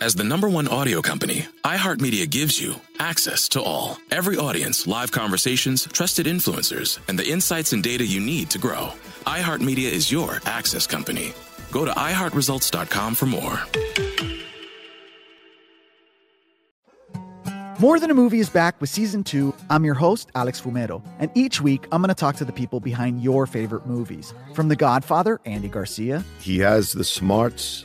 As the number one audio company, iHeartMedia gives you access to all. Every audience, live conversations, trusted influencers, and the insights and data you need to grow. iHeartMedia is your access company. Go to iHeartResults.com for more. More Than a Movie is back with season two. I'm your host, Alex Fumero, and each week I'm going to talk to the people behind your favorite movies. From The Godfather, Andy Garcia. He has the smarts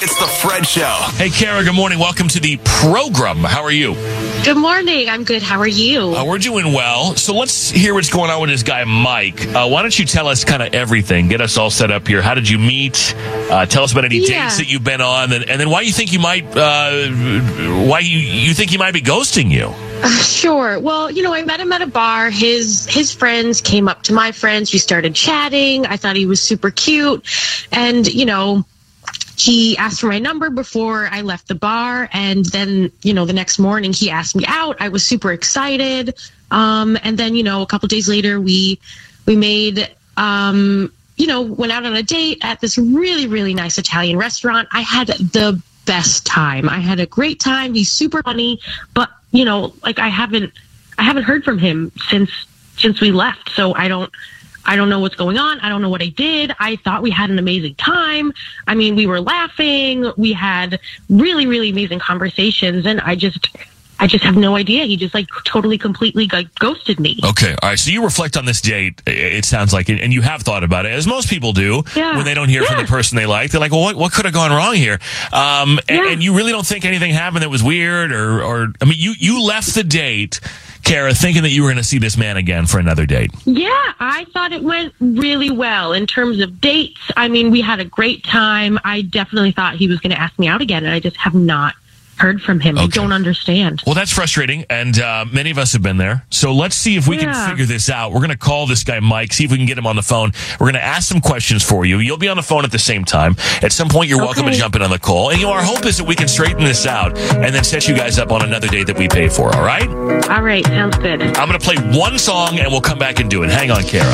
It's the Fred Show. Hey, Kara, good morning. Welcome to the program. How are you? Good morning. I'm good. How are you? Uh, we're doing well. So let's hear what's going on with this guy, Mike. Uh, why don't you tell us kind of everything? Get us all set up here. How did you meet? Uh, tell us about any Yeah. dates that you've been on, and, and then why you think you might, uh, why you, you think he might be ghosting you. Uh, sure. Well, you know, I met him at a bar. His his friends came up to my friends. We started chatting. I thought he was super cute, and you know, he asked for my number before I left the bar. And then, you know, the next morning he asked me out. I was super excited. Um, and then, you know, a couple days later we we made um, you know, went out on a date at this really, really nice Italian restaurant. I had the best time. I had a great time. He's super funny, but you know, like I haven't I haven't heard from him since since we left. So I don't I don't know what's going on. I don't know what I did. I thought we had an amazing time. I mean, we were laughing. We had really, really amazing conversations and I just I just have no idea. He just like totally completely like ghosted me. Okay. All right. So you reflect on this date, i- it sounds like, and you have thought about it, as most people do Yeah. when they don't hear from Yeah. the person they like. They're like, well, what, what could have gone wrong here? Um, and, Yeah. and you really don't think anything happened that was weird or, or I mean, you, you left the date, Kara, thinking that you were going to see this man again for another date. Yeah, I thought it went really well in terms of dates. I mean, we had a great time. I definitely thought he was going to ask me out again, and I just have not heard from him. I Okay. don't understand. Well, that's frustrating, and uh, many of us have been there. So let's see if we Yeah. can figure this out. We're going to call this guy Mike, see if we can get him on the phone. We're going to ask some questions for you. You'll be on the phone at the same time. At some point, you're welcome to Okay. jump in on the call. And you know, our hope is that we can straighten this out and then set you guys up on another day that we pay for. All right? All right, sounds good. I'm going to play one song, and we'll come back and do it. Hang on, Kara.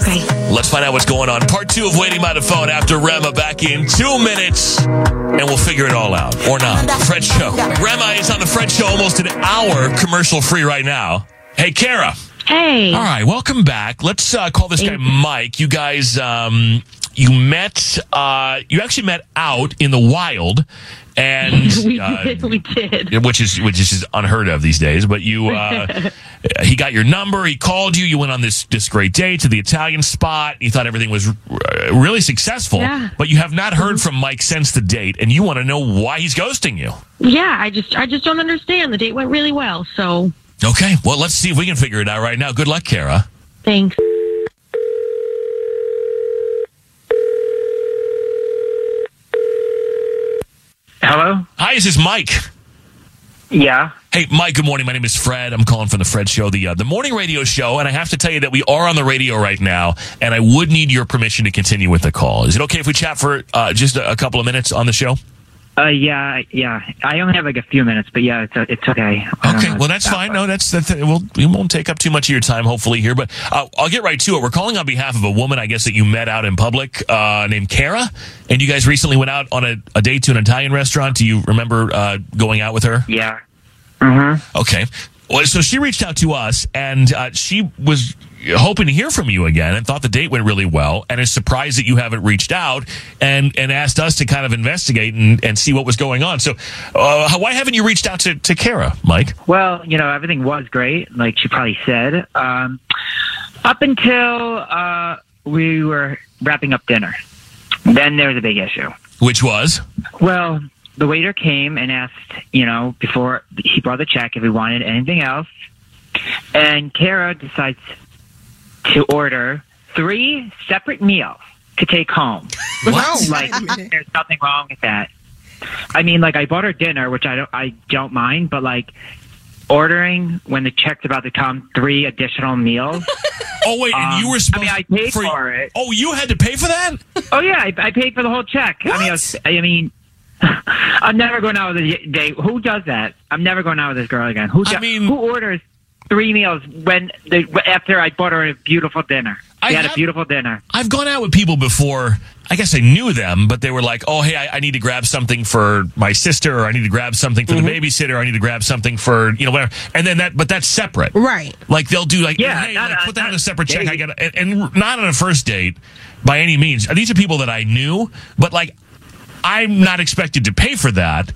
Okay. Let's find out what's going on. Part two of waiting by the phone after Rema back in two minutes, and we'll figure it all out Uh, or not. Fred Show. Rema is on the Fred Show almost an hour commercial free right now. Hey, Kara. Hey. All right, welcome back. Let's uh, call this guy Mike. You guys, um, you met, uh, you actually met out in the wild, and we uh, did. We did. which is which is just unheard of these days. But you, uh, he got your number. He called you. You went on this this great date to the Italian spot. You thought everything was r- really successful, Yeah. Mm-hmm. but you have not heard from Mike since the date, and you want to know why he's ghosting you. Yeah, I just I just don't understand. The date went really well, so Okay, well, let's see if we can figure it out right now. Good luck, Kara. thanks. Hello. Hi, is this Mike? Yeah. Hey, Mike. Good morning. My name is Fred. I'm calling from the Fred Show, the uh, the morning radio show, and I have to tell you that we are on the radio right now, and I would need your permission to continue with the call. Is it okay if we chat for uh, just a, a couple of minutes on the show? Uh, yeah, yeah. I only have like a few minutes, but yeah, it's it's okay. Okay. Well, that's fine. No, that's that's it. We'll, we won't take up too much of your time, hopefully here, but uh, I'll get right to it. We're calling on behalf of a woman, I guess, that you met out in public uh, named Kara, and you guys recently went out on a, a date to an Italian restaurant. Do you remember uh, going out with her? Yeah. Mm-hmm. Okay. Well, so she reached out to us, and uh, she was hoping to hear from you again, and thought the date went really well, and is surprised that you haven't reached out and and asked us to kind of investigate and, and see what was going on. So, uh, why haven't you reached out to to Kara, Mike? Well, you know, everything was great, like she probably said, um, up until uh, we were wrapping up dinner. Then there was a big issue. Which was Well, the waiter came and asked, you know, before he brought the check if we wanted anything else. And Kara decides to order three separate meals to take home. What? Like there's nothing wrong with that. I mean, like I bought her dinner, which I don't I don't mind, but like ordering when the check's about to come three additional meals. Oh wait, and you were supposed Um, I mean, I paid for- for, it. Oh, you had to pay for that? Oh yeah, I, I paid for the whole check. I mean, I, was, I mean, I'm never going out with a date. Who does that? I'm never going out with this girl again. Who? I do- who orders three meals when they, after I bought her a beautiful dinner? I we had have- a beautiful dinner. I've gone out with people before. I guess I knew them, but they were like, "Oh, hey, I, I need to grab something for my sister, or I need to grab something for the Mm-hmm. babysitter, or I need to grab something for you know whatever." And then that, but that's separate, Right. Like they'll do like, yeah, hey, like, put that on a separate check. I got and, and not on a first date by any means. These are people that I knew, but like I'm not expected to pay for that.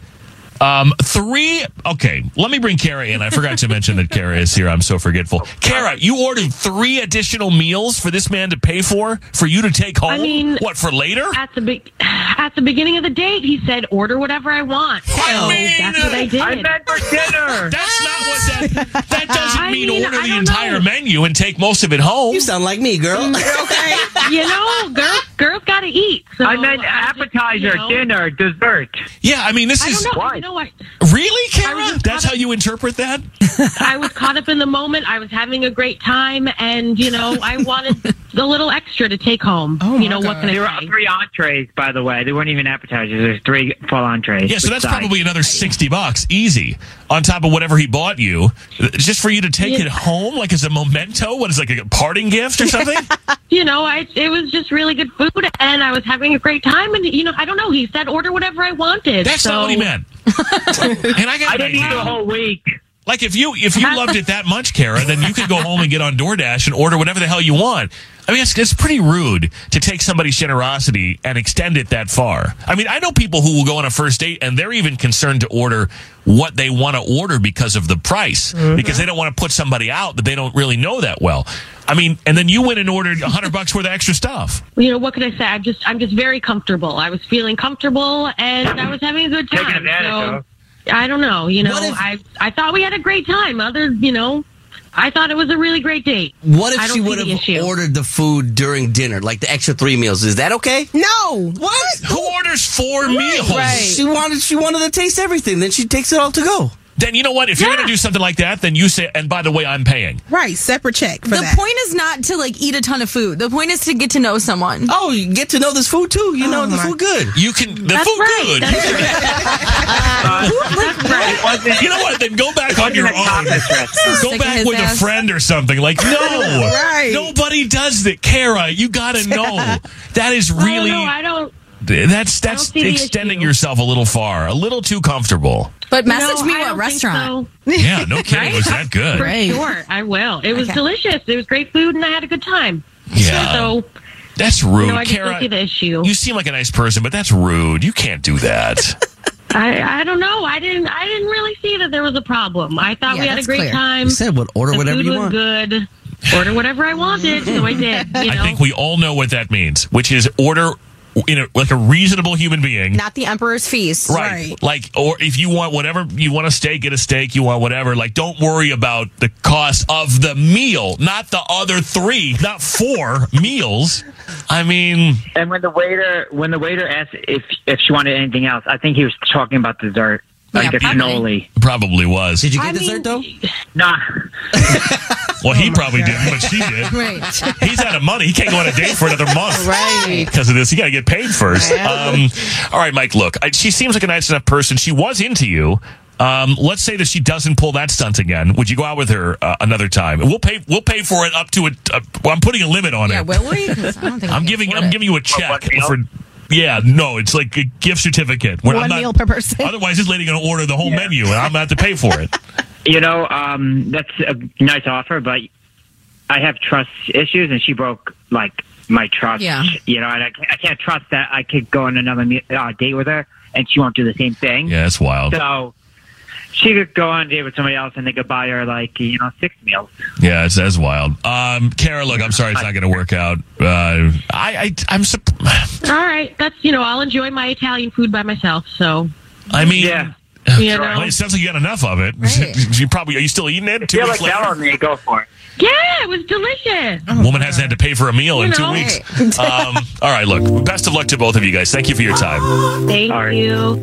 Um, three. Okay, let me bring Kara in. I forgot to mention that Kara is here. I'm so forgetful. Kara, you ordered three additional meals for this man to pay for for you to take home. I mean, what for later? At the be- at the beginning of the date, he said, "Order whatever I want." So that's what I did. I meant for dinner. that's not what that. That doesn't I mean, mean, order I the don't entire know. Mm, menu and take most of it home. You sound like me, girl. okay. you know, girls girls got to eat. So I meant just, appetizer, you know- dinner, dessert. Yeah, I mean, this I is don't know. You know what? really Kara. That's how you interpret that. I was caught up in the moment. I was having a great time, and you know, I wanted the little extra to take home. you know, what can There I were say? three entrees, by the way. They weren't even appetizers. There's three full entrees. Yeah, so with that's sides. probably another sixty bucks, easy, on top of whatever he bought you, just for you to take Yeah. it home, like as a memento. What is it, like a parting gift or something? You know, I it was just really good food, and I was having a great time. And you know, I don't know. He said, "Order whatever I wanted." That's so, not what he meant. and I got an idea. week. Like if you if you loved it that much, Kara, then you could go home and get on DoorDash and order whatever the hell you want. I mean, it's, it's pretty rude to take somebody's generosity and extend it that far. I mean, I know people who will go on a first date and they're even concerned to order what they want to order because of the price, because they don't want to put somebody out that they don't really know that well. I mean, and then you went and ordered a hundred bucks worth of extra stuff. You know, what can I say? I'm just I'm just very comfortable. I was feeling comfortable, and I was having a good time. so, I don't know. You know, What if- I I thought we had a great time. Other, you know, I thought it was a really great date. What I don't if she see would the have issue. ordered the food during dinner, like the extra three meals? Is that okay? No. What? Who orders four meals? She wanted she wanted to taste everything. Then she takes it all to go. Then you know what? If you're going to do something like that, then you say, and by the way, I'm paying. Right, separate check for the that. point is not to like eat a ton of food. The point is to get to know someone. Oh, you get to know this food too. You know the food good. You can the That's food right. good. That's You can- You know what? Then go back on your own. Go Sick of back his with ass. a friend or something. Like, no, Right. nobody does that. Kara, you gotta know. That is I don't really know. I don't. that's I don't that's see the extending yourself a little far, a little too comfortable. But No, message me I what don't think restaurant. Yeah, no kidding. It was that good? For sure, I will. It was Okay. delicious. It was great food, and I had a good time. Yeah. So That's rude, No, I just don't Kara. see the issue. You seem like a nice person, but that's rude. You can't do that. I, I don't know. I didn't. I didn't really see that there was a problem. I thought Yeah, we had a that's great clear. time. You said what- order The whatever food you was want. Good. Order whatever I wanted, so I did. You know. I think we all know what that means, which is order in a, like a reasonable human being. Not the emperor's feast. Right. Like, or if you want whatever you want a steak, get a steak. You want whatever. Like, don't worry about the cost of the meal, not the other three, not four meals. I mean, And when the waiter when the waiter asked if if she wanted anything else, I think he was talking about dessert, like a cannoli. Probably was. Did you get dessert though? Nah. Oh well, he probably didn't, but she did. Right. He's out of money. He can't go on a date for another month. Right. Because of this, you got to get paid first. Yeah. Um, all right, Mike. Look, I, she seems like a nice enough person. She was into you. Um, let's say that she doesn't pull that stunt again. Would you go out with her uh, another time? We'll pay. We'll pay for it up to a. Uh, well, I'm putting a limit on Yeah, it. will we? 'Cause I don't think we I'm can giving. afford I'm it. giving you a check for. Yeah, no, it's like a gift certificate. We're- one I'm not- meal per person. Otherwise, this lady going to order the whole menu, and I'm going to have to pay for it. You know, um, that's a nice offer, but I have trust issues, and she broke like my trust. Yeah. You know, and I, I can't trust that I could go on another me- uh, date with her, and she won't do the same thing. Yeah, that's wild. So she could go on a date with somebody else, and they could buy her like you know six meals. Yeah, it's that's wild. Um, Kara, look, I'm sorry it's not going to work out. Uh, I, I, I'm. Sup- All right, that's you know. I'll enjoy my Italian food by myself. So I mean, You know. Well, it sounds like you got enough of it. you probably are you still eating it? Two Feel weeks like that later, on me. Go for it. yeah, it was delicious. woman hasn't had to pay for a meal You in know. two weeks. um, all right, look, best of luck to both of you guys. Thank you for your time. Thank you.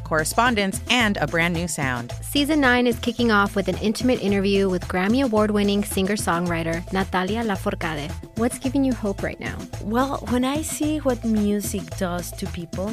correspondence, and a brand new sound. Season 9 is kicking off with an intimate interview with Grammy Award winning singer songwriter Natalia Laforcade. What's giving you hope right now? Well, when I see what music does to people,